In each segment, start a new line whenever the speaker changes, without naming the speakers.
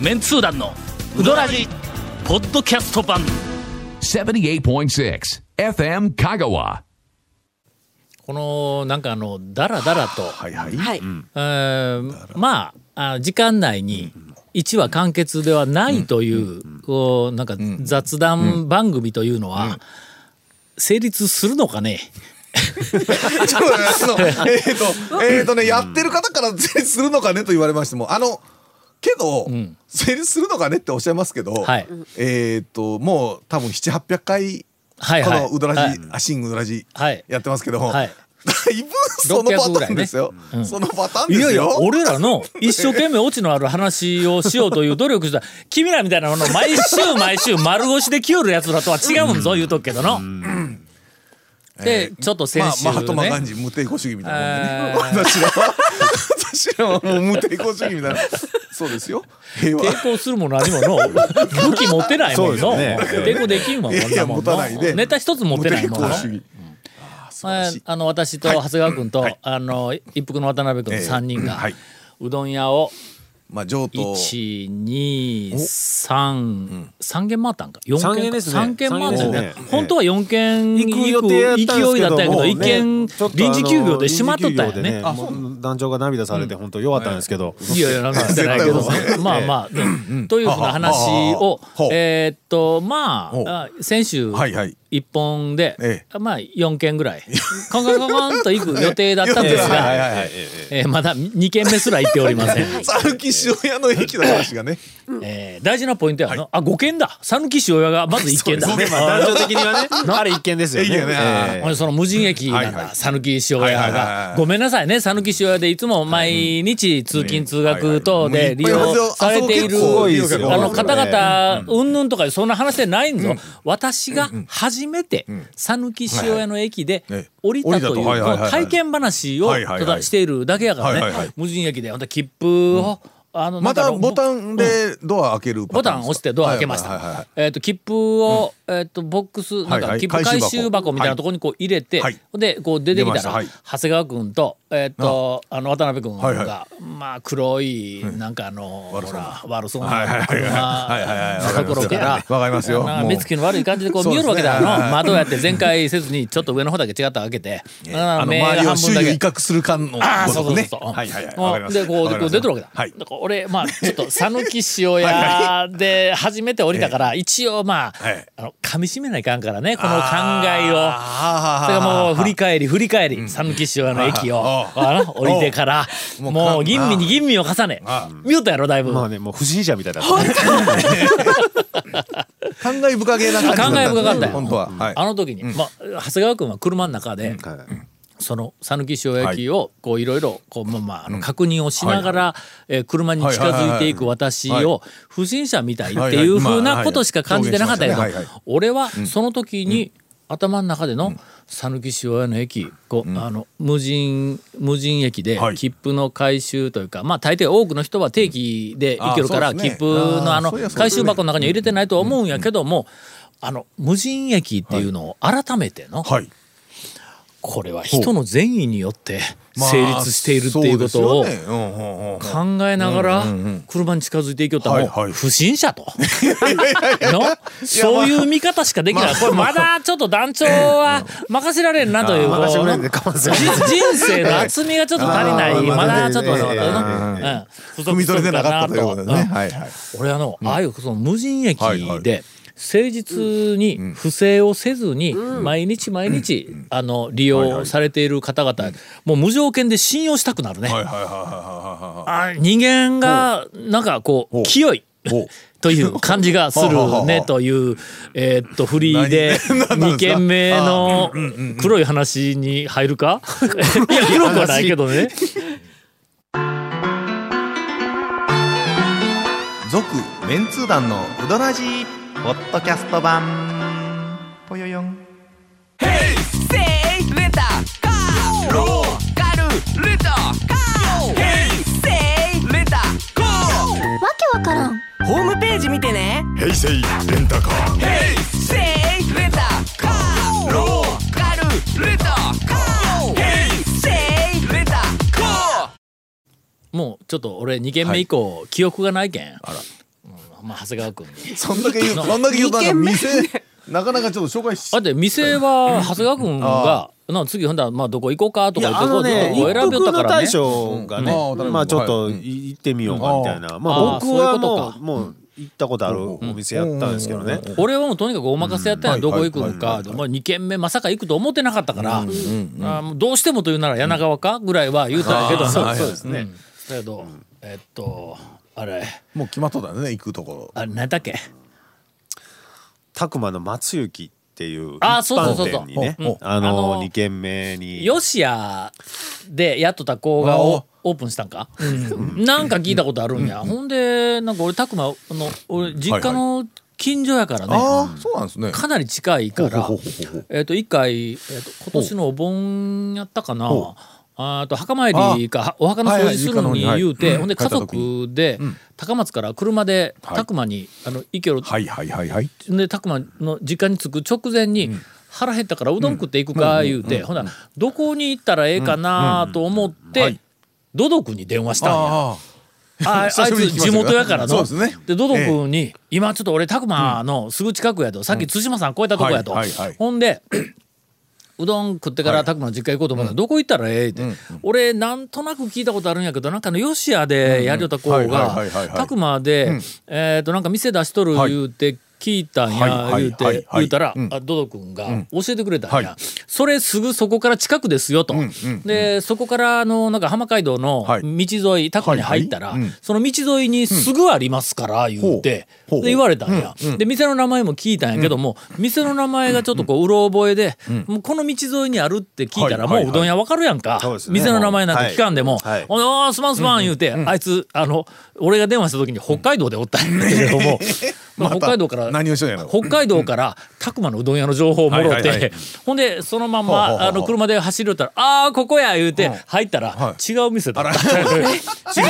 メンツー団のウドラジポッドキャスト版
78.6 FM Kagawa.
このなんかあのだらだらと、
はいはい。
はい、
えーまああ時間内に1話完結ではないという,、こうなんか雑談番組というのは、成立するのかね
ちょっとねあのえーと、えーとね、やってる方から成立するのかねと言われましても、あの、けど、成立するのかねっておっしゃいますけど、
はい
えっと、もう多分7、800回、
はい
こ
はい
のウドラジ、
は
あ、シンウドラジ、
はい
やってますけど、
はい
だいぶそのパターンですよ。そのパターン
い
ですよ。
やいや俺らの一生懸命オチのある話をしようという努力 した君らみたいなものを毎週毎週丸腰でキューるやつらとは違うんぞ言うとくけどの。でちょっと先
まあ、
週
マ
ね、
ハトマガンジー無抵抗主義みたいな
えー
もんでね。私らは、私らはもう無抵抗主義みたいな。 そうですよ。平和。
抵抗するも何も の武器持ってないもんの、
そうですよね
抵抗できんわ
いやいや
こ
持
んな
た
も
なんい
の
で。
ネタ一つ持ってないもん
無
の
抵抗主義。素晴
まあ
らしい。
あの私と長谷川君と、あの一服の渡辺君の3人が、
ええはいう
どん屋を
まあ、上等。
123軒回ったんか4
三
軒
軒
か
ですね
三軒回ったよね
三軒ですね
本当は4軒行く
行く予定
勢いだ
や
っ
ったたん
んやけど
です
1
けども
軒
うねちょっとあの
臨時休業で閉まっとったんや
臨時休業
ね
でもう団長が涙されて本当弱ったんですけど、
いやいや、なんかじゃないけど、まあまあ、というふうな話を
ほう、
えーっと、ま
ほう
あ、あ先週
はいはい、
一本で
え、
まあ、4件ぐらい、コンコンコンコンと行く予定だったんです
はいはい
が、
はいはい。
えーまだ2件目すら行っておりません。
讃岐塩屋の駅の話がね。
えー大事なポイントやの。あ、5件だ。讃岐塩屋がまず1件だ。
ねまあ、団長的に はねあれ一見ですよね。
いいよね
ええ
俺その無人駅なん
はいは
だ
い
讃岐塩屋
はいはいはい
が
はい
ごめんなさいね讃岐塩屋でいつも毎日通勤通学等で利
はいはい
用されている
もういっぱいあるよあ
あ
そこ結構
の
多いですよ
方々うんぬんとかそんな話じゃないんぞ私が初めて讃岐塩屋の駅で
はいはい
降りたという
降りたとはいはいはい
この体験話を
はいはいはい
ただしているだけやか
は
ら
いはい
ね
はい
無人駅でほんで切符をあのな
ま
んか
た
ろ
ボタンでドア開ける
ボ
パタ
タ
ー
ン
ンですか
押してドア開けまし
はいはいはいは
た
い。
えっと、切符を、えっと、ボックス、なん
はい
か
はい
切符回
回収箱
収箱みたいなところにこう入れて
はい、
で、こう出てきた
出ました
ら
はい、
長谷川君と、えっと、あの、渡辺君
はいはい
が、まあ、黒い、なんかあの、ほ
悪そうな
ら、悪そう
はいはい
な
はいはいはいはい
車のところから、
わかりますよ
なん
もう
目つきの悪い感じでこう見よるわけだ
そうですねは
の。
い
窓やって全開せずに、ちょっと上の方だけ違ったわけで、
あの
目が
周りを
半分
周
だ
囲を
け
威嚇する感の
ああ、そうそ
ごと
う
くね
そうそう。
はいはいはいわかります
で、こう、でこう出てるわけだ。
はい
だから俺、まあ、ちょっと、讃岐塩屋で初めて降りたから、一応、まあ
はい、
あの、噛み締めないかんからね、この考えを。それ
あ
が
あ
もう振り返り振り返り讃岐塩屋の駅をあの降りてから
うもう
もう吟味に吟味を重ね見よったやろだいぶ
まあ
感
ねもう不審者みたいだったね。
感慨深げな感じだったんです
慨
ね
深かったよ
本当ははい
あの時にまあ長谷川君は車の中でその讃岐塩焼きをこういろいろこうまあまああの確認をしながらえー車に近づいていく私
はいはいは
を不審者みたいっ
は
て
いはい
いう
まあ
ふうなことしか感じてなかったけど
はいはい
俺はその時に頭の中での讃岐塩屋の駅こうあの無人無人駅で
はい
切符の回収というかまあ大抵多くの人は定期で行けるから
あそうです
切
ね
符のあの
あーそうやそうや
回収箱の中には入れてないとは思うんやけどもあの無人駅っていうのを改めての
はい
これは人の善意によって
まあ
成立しているっていうことを
そうですよねうんうんうん
考えながら車に近づいていきよったら
はい
も
は
う
い
不審者 とのそういう見方しかできないこれまだちょっと団長は任せられんなと いうこう
任せられんで構わず
人人生の厚みがちょっと足 りな
あ
い
ー
まだちょっと
まだね
うん
踏み取れてなかったということでね
うん
はいはい
俺あの、ああいうその無人駅
はいはい
で誠実に不正をせずに毎日毎日、あの利用されている方々、もう無条件で信用したくなるね、
はいはいはいはいは
あ人間がなんかこう清い
いはいはい
という感じがす
ほうほうほ
る
う
ねというえーっとフリーで
何 何なん
2
ですか
件目の黒い話に入るか いや黒くはないけどね。
続メンツー団のうどらじ
ポッドキャスト版ぽよよん
せいレンタカーローカルレンタカーヘイセイレンタカーわけわからんホームページ見てねヘイセイレンタカーヘイセイレンタカーローカルレンタカーヘイセイレンタカー
もうちょっと俺2軒目以降、記憶がないけんまあ、長谷川君に。
そんだけ言うそんだけ言うとなんか店なかなかちょっと紹介し
だって店は長谷川君が「な次ほんだらまあどこ行こうか」と
い
か
や
言っ
あ
てこ
の
う
ね
どこ
一
選びよっ
服
たか
の
らね
大将がね
うんあー
まあちょっと
はい
い行ってみようかみたいなま
あー
あ僕
そうい
は
うこと
も
か
うもう行ったことあるお店やったんですけどね
俺はもうとにかくお任せやったんや、
うん
どこ行くん
は
か、でも2軒目まさか行くと思ってなかったから、あもうどうしてもというなら柳川かぐらいは言うたんやけどな
そうそうです
う
ね
んだけどえっとあれ
もう決まっとったよね行くところ
あれ何だっけ
拓磨の松雪っていう一
あーそうそうそう
般
そう
店にね
おお
あ
あの
の2軒目に
吉谷でやっとった子が
お
おオープンしたんか、なんか聞いたことあるんや、ほんでなんか俺拓磨の俺実家の近所やからね、
ああそうなんですね
かなり近いから
ほうほうほうほう、
えっと一回、えっと今年のお盆やったかなあーと墓参りかお墓の掃除するのに
はいはい
言うて、
はい
ほんで
帰っ
家
た時
族で高松から車で
はい
拓磨にあの行けろ
はいはいはいはい
で拓磨の実家に着く直前に、腹減ったからうどん食っていくか言うて、ほんならどこに行ったらええかなと思って、ドド君に電話したんや。
あ
ああい
久しぶり
つ
に聞きま
地
したけど
元やからの。
そうですね
で、ドド君に、今ちょっと俺、拓磨のすぐ近くやと、さっき対馬さん越えたとこやと。
はいはいはい
ほんで、 うどん食ってから拓磨の実家行こうと思ったら、どこ行ったらええって、俺、なんとなく聞いたことあるんやけど、なんかあの、吉谷でやりよった子
うんうんはい
が
はいはいはいは、い
拓磨で、えっと、なんか店出しとる
はい
言うて、聞いたんや、言
はい
う
はいはい
て、
はい
言うたら、
うん
あドド君が教えてくれたんや、
はい
それすぐそこから近くですよと。
んうん
で、そこから、あの、なんか浜街道の
はい
道沿い、ここに入ったら、
はいはいうん
その道沿いにすぐありますから言って、
ほうほう
で言われたんや、で店の名前も聞いたんやけども、店の名前がちょっとこううろ覚えで、もうこの道沿いにあるって聞いたら、
はいはいはい
もううどん屋わかるやんか、
そうですね
店の名前なんか聞かんでも「
はいはい
おいおいすまんすまん」言うて、あいつあの俺が電話した時に北海道でおったんやけれど も、まあ、北海道から
何をしようやろ
北海道から拓磨のうどん屋の情報をもろ
はいはいは
て
い
ほんでそのまん
ほうほう
ま
ほう
あの車で走り寄ったら「ああここや」言うて入ったら
は
違う店だった。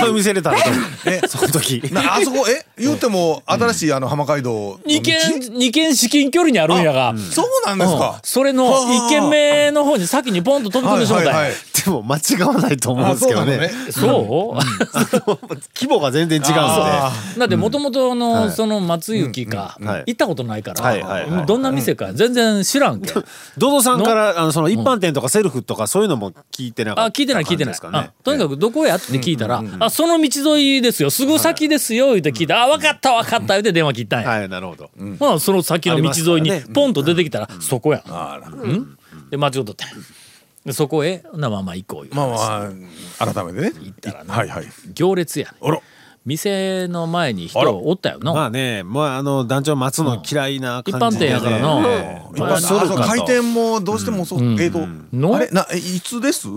違う店で食べたのその時
なあそこえ言うても新しいあの浜街道の 道
二軒、二軒至近距離にあるんやが。
そうなんです
うん
か
それの
はあ
一軒目の方に先にポンと飛び込んでしまったんや
はいはいはい
でも間違わないと思うんですけどね
あ
そう、
規模が全然違うんで
あ
だってもともと
は
の
い
その松雪か
うんはい
行ったことないか
はいはいは
ら
い
どんな店か全然知らん け
ドドさんからあのその一般店とかセルフとかそういうのも聞いてなか
あ
った
聞いてない聞いてない、
感じですかね
あとにかくどこやって聞いたら「あその道沿いですよすぐ先ですよ」言うて聞いた「あ分かった分かった」言うて電話切ったんや、
はいなるほど
ほなその先の道沿いにポンと出てきたら「そこやん」うんで間違っとってでそこへほなまあまあ行こう言うて
まあまあ改めてね
ったらな
はいはい
行列やね
あら
店の前に人
あら
おったよな、
まあねまああの団長待つの嫌いな
一
感
般
じ
店や
でね
からな、
ええ
ま
ま
あ
あ
あそう
そうか
回転もどうしてもそうえっと
の
あれなえいつです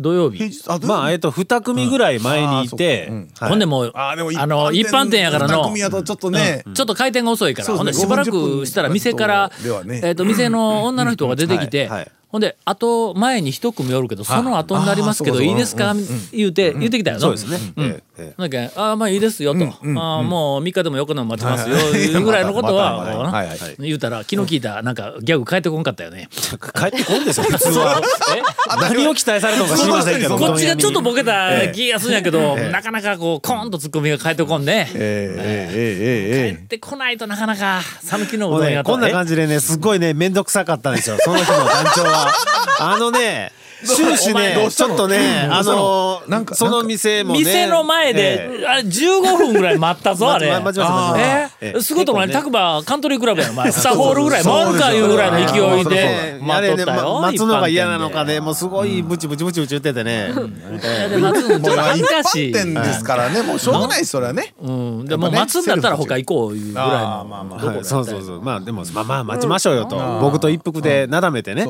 土曜
平
日、
日あどう
まあえっと2組ぐらい前にいて
うん
はい
ほんでもう
あ
あ
でも
の一般店やから
二
の、
組やとちょっとね
ちょっと回転が遅いから、
そう
ほん
で
ですし
ね
ばら
50
く
分
したら店から
ちょっとではね
えー、と店の女の人が出てきて、
うんはいはい
ほんであと前に一組おるけどその後になりますけ
あ
ど
ーそう
い
か
いですか、言うて言ってきたよな
そうですねええええ
なんか「あーまあいいですよ」と「あーもう3日でも4日でも待ちますよ」いうぐらいのことは
またまた
もうな
はいはいはい
言うたら昨日聞いたなんかギャグ返ってこんかったよね。
帰ってこんですよ普通は何を期待されたのか知りませんけど
普通
こっちがちょっとボケた
ええ
気がするんやけど、なかなかこうコーンとツッコミが返ってこんで、
え
帰ってこないとなかなか讃岐のう
もう
どんや
ね、
と
こんな感じでね、すっごいね、めんどくさかったんで すよ。その日の団長は。あのね、終始
ど
ね
う、し
ち
た
ょ
の
っとね、あの
なんか
その店もね。
店の前で、
ええ、
あれ15分ぐらい待った ぞあれ。
ま待ちました待ちました
え
え
ー、すごいともね、タクバカントリークラブやお前、スターホールぐらい
そう
回るかいうぐらいの勢い
そうです
で
ええあ
待っ
れ
と
ね、
ったよ。
ま待つのが嫌なのか
一
ね、もうすごいブチブチブチブチ言っててね。
般店で。待つのちょっと恥ずかしい
一。般店ですからねもうしょうがないですそれはね
うん、でも待つんだったら他行こういうぐらいの。
あーまあまあはい
そうそうそう。まあでも、まあまあ待ちましょうよと。僕と一服でなだめてね。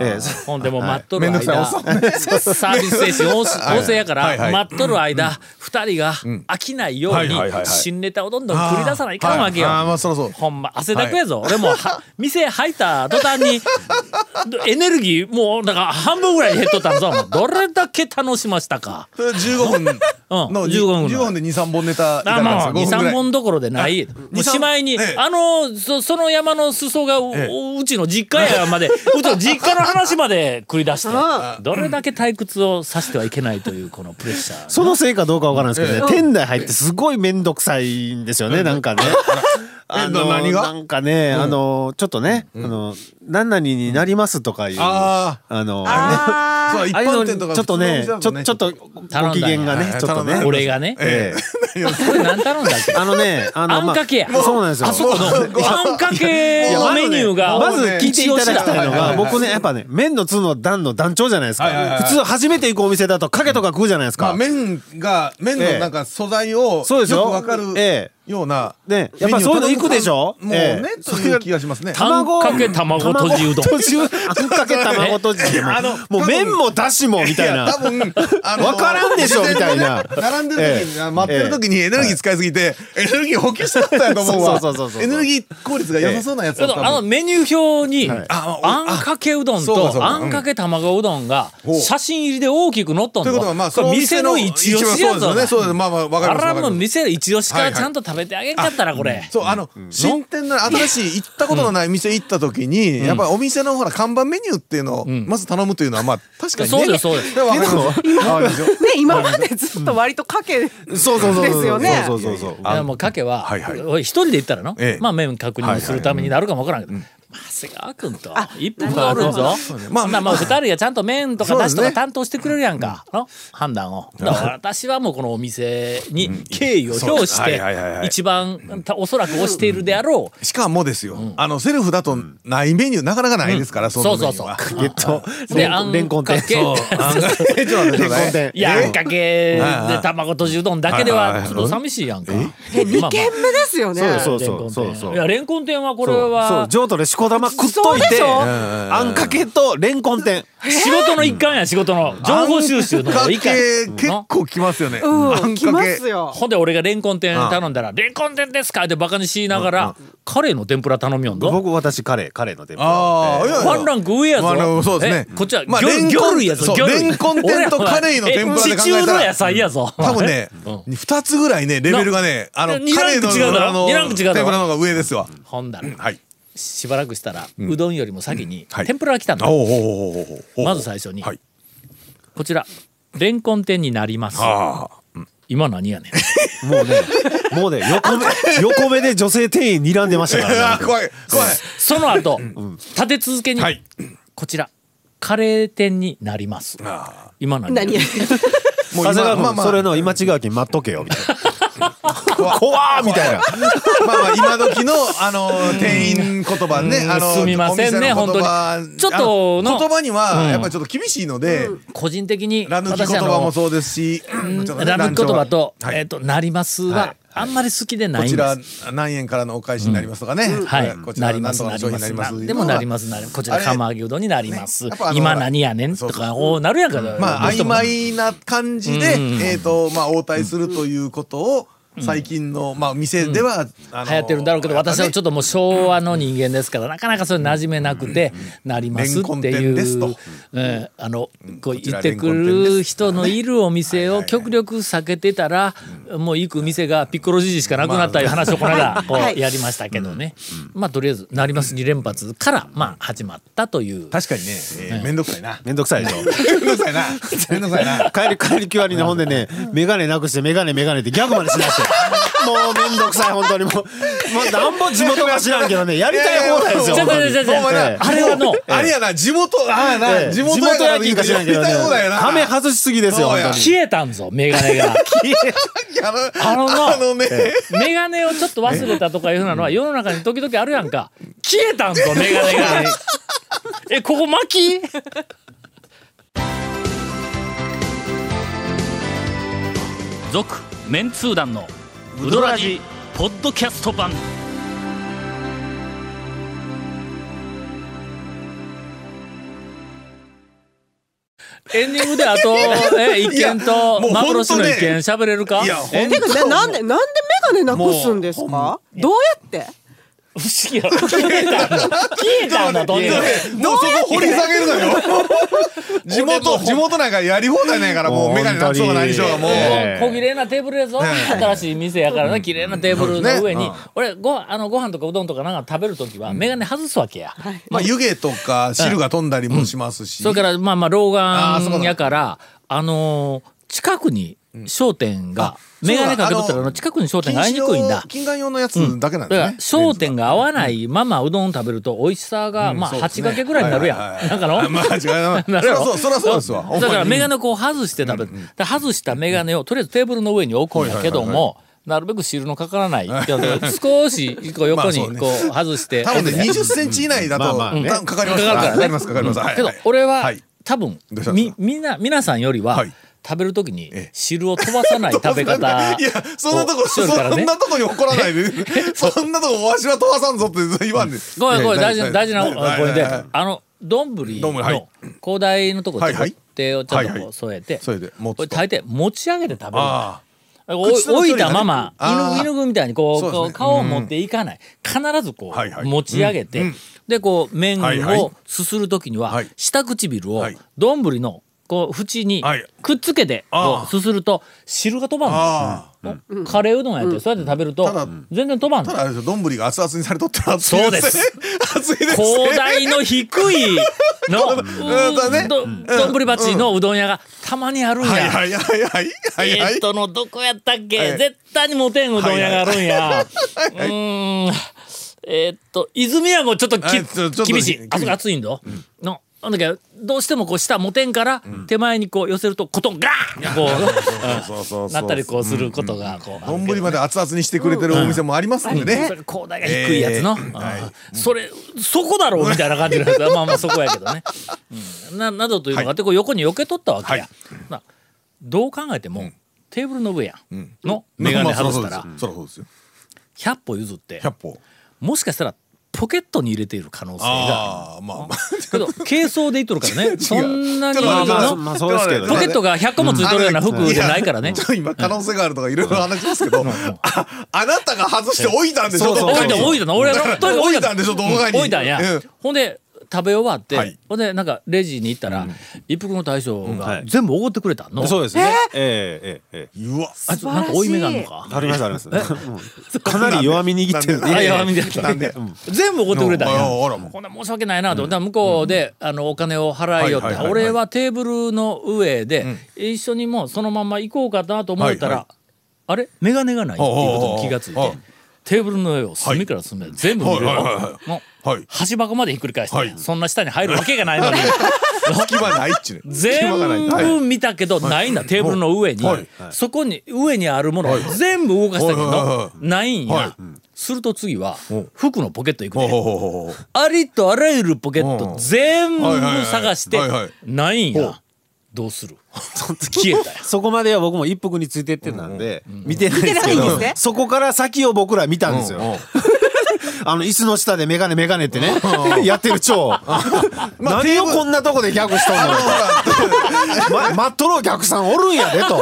ええ
ほんでもう待っとる
めんどくさい
間、
おっさん
サービス精神旺盛旺盛やか
はいは
ら
い
待っとる間二人が飽きないよう
はいはいはいは
に
い
新ネタをどんどん繰り出さないかんわけよ。
あーはいあーまあそらそう
ほんま汗だくやぞ。俺もうは店入った途端にエネルギーもうだから半分ぐらいに減っとったぞ。もうどれだけ楽しましたか。
それ15分の
15分ぐらい
15分で23本ネタい
あ
ただ
ま
い
あ
たんで
二
すよ5
三
分ぐらい
本どころでない。もうしまいに、
ええ
あのそその山の裾がう,、
え
うちの実家やまで、うちの実家の話まで繰り出して。どれだけ退屈をさせてはいけないというこのプレッシャー
そのせいかどうかわからないですけどね、店内入ってすごい面倒くさいんですよね、なん かね。あの
な何が
なんかね、あのちょっとね、あの何々になりますとかいう、
あ
の
あそう一
ああいう
般
の
店とか
ちょっとね、ち
普
ょ
通のお店だもん
ちょっとご機嫌がね、ちょっとね。
俺がね、
え
これ何頼んだっけ
えあのね、あの
あんかけや
まあ そうなんですよ。
あそこのあんかけのメニューが
まずねまず聞いていただきたいの
は
が
い
僕ねやっぱね麺の通の団の団長じゃないです
はいはいは
か
い
普通初めて行くお店だとかけとか食うじゃないです
まあ
か
麺が麺のなんか素材をよく
そうですよ
わかる
え
ような
ねやっぱそういうの行くでしょ
メニューを頼むもうね
ええ
そういう気がしますね
あんかけ卵とじうどん
卵とじうあんかけ卵とじでも
あの
もう麺もだしもみたい
や
な
多分あの
わからんでしょみたいな
事前にね並んでる時
ええ
に待ってる時にエネルギー使いすぎてエネルギー補給しちゃったんやと思うわ
そうそうそうそうそう
エネルギー効率が良さそうなやつ
ちょ
だ
っ
った
とあのメニュー表に、
はい
あ
あんかけうどん
そうかそう
と
か
あんかけ卵うどんが
ほう
写真入りで大きく載っとん
ということはまあそ
こ
の
れ店の一押しやぞ
そうですよねそうですまあまあわかり
あ
ますわ
ら
かり
も
ま
う
す
店一押しか
は
ら
い
ち
はい
ゃんと食べてあげんかったらこれ。
そうあの新店の新しい行ったことのない店行った時にやっぱりお店のほら看板メニューっていうのをまず頼むというのはまあ確かにね
そうですそうです
でもわかりますわかるでしょ
今までずっと割とかけ
そうそうそう
ですよね
そうそうそうそう
いやもうかけは、
はいはい
おい一人で行ったらの、
ええ
まあ麺確認するためになるかもわからんけど、長谷川君と一分かかるぞま
ま
あ
あ
まあまあ二人がちゃんと麺とか
そう
出
で
汁
す
と
ね
か担当してくれるやんか、の判断をだから私はもうこのお店に敬意を表し
そうで
て
すはいはいはいはい
一番たおそらく推しているであろう
しかもですよあのセルフだとないメニューなかなかないですからそ
そう
のメ
そ
ニ
う
ュー
そう
は
ゲット
で
レ
あん
ンレンコン店
かけ
そう
あんかけちょっと待ってください
レンコン店
いやあんかけで卵とじうどんだけで
はいはい
は
はい
ちょっと寂しいやんか。
え二軒目ですよね。
そう
レンコ
そう
ン
そうそう
店。いやレンコン店はこれ
そう
は
譲渡でしこ玉食っとい
そうでしてょうん
あんかけとレンコン店
仕事の一環や仕事の情報収集の
あんか
一環。
け結構きますよね
うん、
あん
来
か
ま
け
すよ。
ほんで俺がレンコン店頼んだら「レンコン店ですか?」ってバカにしながらカレーの天ぷら頼みよんぞ。
僕私カレーカレーの店
ああいやいや
ワンランク上やぞ。
まああのそうですね
えこっちは
まあ
魚
レンコン
魚類や
そ
ぞ。
う
魚類
レンコン店とカレイの天ぷらで考えたら
俺らはえ地中の野菜やぞ。
多分ね
うん
二つぐらいねレベルがねあの
二
カ
ラ
レ
ン
ー
ク
の
違うだろ
あの
二ランク違うだろ
天ぷらの方が上ですわ
ほんだら
はい
しばらくしたらうどんよりも先に
はい
天ぷらが来たんだ
お。おおおおお
まず最初に
はい
こちらレンコン店になります。
ああ
今何やね ん。
もうねもうね横目横目で女性店員睨んでましたから
あ
ね
ー 怖い怖い
その後、立て続けに、
はい
こちら、カレー店になります。
あ
今何
何や。
も
長谷川君、
まあまあ
それの今違う気待っとけよみたいな怖ーみたいな
まあまあ今時のあの店員言葉ね、あの
すみませんね
お店の言葉
本当にちょっとの
あ言葉にはやっぱりちょっと厳しいので、
個人的に、
ラ抜き言葉もそうですし、ちょっとね
ラム言葉と、
ラン
え
チはは
っ、
い
と、なりますは、
はいはい
あんまり好きでな
こ
いん
ち
で
ら
す。
何円からのお返しになりますとかね、
はい、
こち
な
ら
りま
何
す
とか
な
の
り
商
ま
品にな
す
ります。
でもなりますなりますこちら
あれ
釜揚げうどんになります、
ねやっぱあの
今何やねん
そ
と
うそう
かおうなるやんか、
まあ
どうして
曖
も
昧な感じで、えっ、とまあ応対するということを最近のまあ店では、あの
流行ってるんだろうけど私はちょっともう昭和の人間ですからなかなかそれ馴染めなくてなりますってい
レンコン
う
店で
うんあのこう
こち
言
ら
ってくる人のいるお店を極力避けてたらもう行く店がピッコロじじしかなくなったいう話をこの間こ
はいう
やりましたけどねまあとりあえず「なります」2連発からまあ始まったという。
確かにね、えー、めんどくさいな。
めんどくさいでしょ
めんどくさ いな。めんどくさいな。
帰り帰り際にねほんでね眼鏡なくして眼鏡眼鏡ってギャグまでしだしてもうめんどくさい本当にもうもうなんぼ地元か知らんけどねやりたい放題ですよ
ちょっと
本当に
ちょっとちょっと
ほんまに
あれはの
あれやな、地元、ああ
え
な、
え
地元
地元
や
野球か知らんけどね
やりたい放題やな。
ハメ外しすぎですよ
そう
本
や
当に
消えたんぞメガネが
あの
あのな
あのね、
メガネをちょっと忘れたとかいうふうなのは世の中に時々あるやんか消えたんぞメガネがえここ巻き続メンツー団のウドラジポッドキャスト版エンディングであ とえ一件と
いやもうほん
幻
とね
の一件喋れるか
いや、ほん
てかななんでなんでメガネなくすんですか。どうやって。
不思議やろ。消えたんだ。消えたんだ、とにかく。
もうそこ掘り下げるのよ 地元地元なんかやり放題なんやからもう眼鏡なくそうが何しようがもう、
ええ
小綺麗なテーブルやぞ、新しい店やからな綺麗なテーブルの上に、俺ごあのご飯とかうどんとかなんか食べる時は眼鏡外すわけや、
まあ、湯気とか汁が飛んだりもしますし、
それからまあまあ老
あーそうか
眼やからあのー近くに商店が、眼鏡かけとったらあの近くに商店が会いにくいんだ
近眼用のやつだけなん
だ
だ
から
ね、
焦点が合わないままうどん食べると美味しさがまあ
そうです
8
ね
掛けぐらいになるや
はいはい
ん。なんかの
まあ違うな
なる
そりゃ
や
そ
ろ
うそりゃそうですわ
だから
ほん
眼
まに
鏡こう外して食べる。だから外した眼鏡をとりあえずテーブルの上に置くんやけど
はいはい
も、なるべく汁のかからない。少し こう横
まあそう
に
ね
こう外して。
多分ね20センチ以内だと
まあまあね
多分かかります
かかるからね
かかりますかかりますはい
けど
はい
俺はい多分
どうしたんで
み
すか
みんな皆さんよりは
はい
食べるときに
ええ
汁を飛ばさ ない食べ方
いやそんなとこ
をし
そ
よるから
ん
ね
なとこに怒らないでそんなとこわしは飛ばさんぞって言わんで
ごめんごめん大事な大事な
はい
ポイント
はいはい
やあの丼
丼はい
の高台のとこ
はい
で
はい
手をちょっと
はい
こ
はいう
添えて
それで持つ
ことれ大抵持ち上げて食べる
あ
お
口の距離が
置
ね
いたまま
あー
犬犬具みたいにこう
そうです
こ
ね
う顔を持っていかない必ずこ
はいはいう
持ち上げて、でこう麺
はいはい
をすする時には、
はい
下唇を
はい
丼のこう縁に
はい
くっつけて
あ
こ
ー
うすすると汁が飛ばんの
あ
うんカレーうどんやってそうやって食べると
ただ
全然飛ばん
た
の
だあれですよ丼が熱々にされとったら熱いですね熱いですね
広大の低い の
んだね
うど丼鉢のうどん屋がたまにあるんや。
はいはいはいはいはいは
えー
い
っとのどこやったっけ、
はい
絶対にモテんうどん屋があるんや、うーんえーっと泉屋もちょっとき
はいちょちょっと
厳し
厳しい
いあそこ暑いんだ、のなんだけどどうしてもこう下モテんから、手前にこう寄せるとコトンガーンこ
そうそう
うなったりこうすることがこうあるけど
丼まで熱々にしてくれてるお店もありますんでね
それ高台が低いやつの、
えー
あー
は
それそこだろうみたいな 感じのやつまあまあそこやけどね、うんななどというのがあってこう横に避けとったわけや、などう考えても、テーブルの上やん、の眼鏡外したら
まあそりゃそうですよ
100歩譲って
そらそうですよ100歩
もしかしたらポケットに入れている可能性が
ああまあまあ
けど軽装でいっとる からねそんなに
ちょっと待って
あの
まあそうですけどね
ポケットが100個もついとるような服じゃないからね
やちょっと今可能性があるとかいろいろ話しますけど、ああなたが外して置いたんでしょ、どっ
置
か
い
に
た置いたの俺はとにかく
置いたんでしょ、どこかに。
置いたんや、
うん
ほんで食べ終わって、
はい
ほんでなんかレジに行ったら、一服の大将
は
が
い
全部おごってくれたの、
そうですね。ええええええ。
うわ、
あいつなんか負い目があるのか
ありますあります。うんかなり弱み握ってる。
なんで
あ
いや
やみたいな全部おごってくれたん
あ
や
あらもう
こんな申し訳ないなと、だから向こうで、あのお金を払いよって、
はいはいはいはい
俺はテーブルの上で、一緒にもうそのまま行こうかなと思ったら、
はい
あれ眼鏡がないっていうことに気がつい
おうおうお
て
う
テーブルの上を隅から隅まで全部見るよ、
はいはいはいは
もう
はい
端箱までひっくり返して、
はい
そんな下に入るわけがないのに
隙間ないっちね。隙間がない
全部見たけどないんだ、テーブルの上に、
はい
そこに上にあるものを全部動かしたけど、
はいはいは
ないんや、
はい
すると次は
お
服のポケット行くで
ほうほうほうほう
ありとあらゆるポケット全部探して
はいはいはいはい
ないんやどうす る消えたよ
そこまでは僕も一服についてってたんで、見てないですけ
見てないんです
ど
ね、
そこから先を僕ら見たんですよ。あの、椅子の下でメガネメガネってね、やってる蝶。何をこんなとこでギャグしとんのま待っとるお客さんおるんやでと。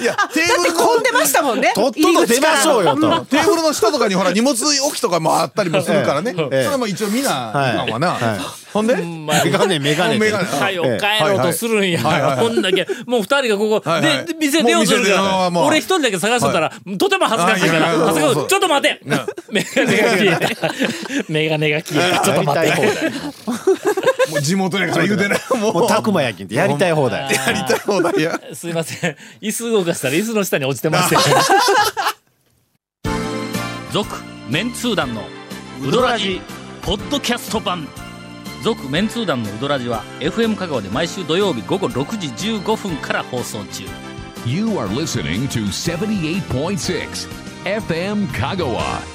いや、テーブルの、
飛んでましたもんね
とっとと出ましょうよと。
テーブルの下とかにほら、荷物置きとかもあったりもするからね。そ
ええ
れも一応見な、
はい
今はな
はい。
ほんで、
メガネメガネって
メガネ
はよ
ええ
帰ろうとするんや、
はいはい
こんだけもう二人がここ、
はいはい
でで店出ようとするか
もう店出よう
ら
もう
俺一人だけ探しとったら、とても恥ずかしいから
あいやいや
恥ずかしい
そうそう
ちょっと待てメガネが消えた メガネが消えたちょっと待って
もう地元やから言うてない。もう、
もうたくまやきんってやりたい放題。
やりたい放題や。
すいません椅子動かしたら椅子の下に落ちてました続メンツー団のウドラジポッドキャスト版続メンツー団のウドラジは FM 香川で毎週土曜日午後6時15分から放送中
You are listening to 78.6 FM Kagawa.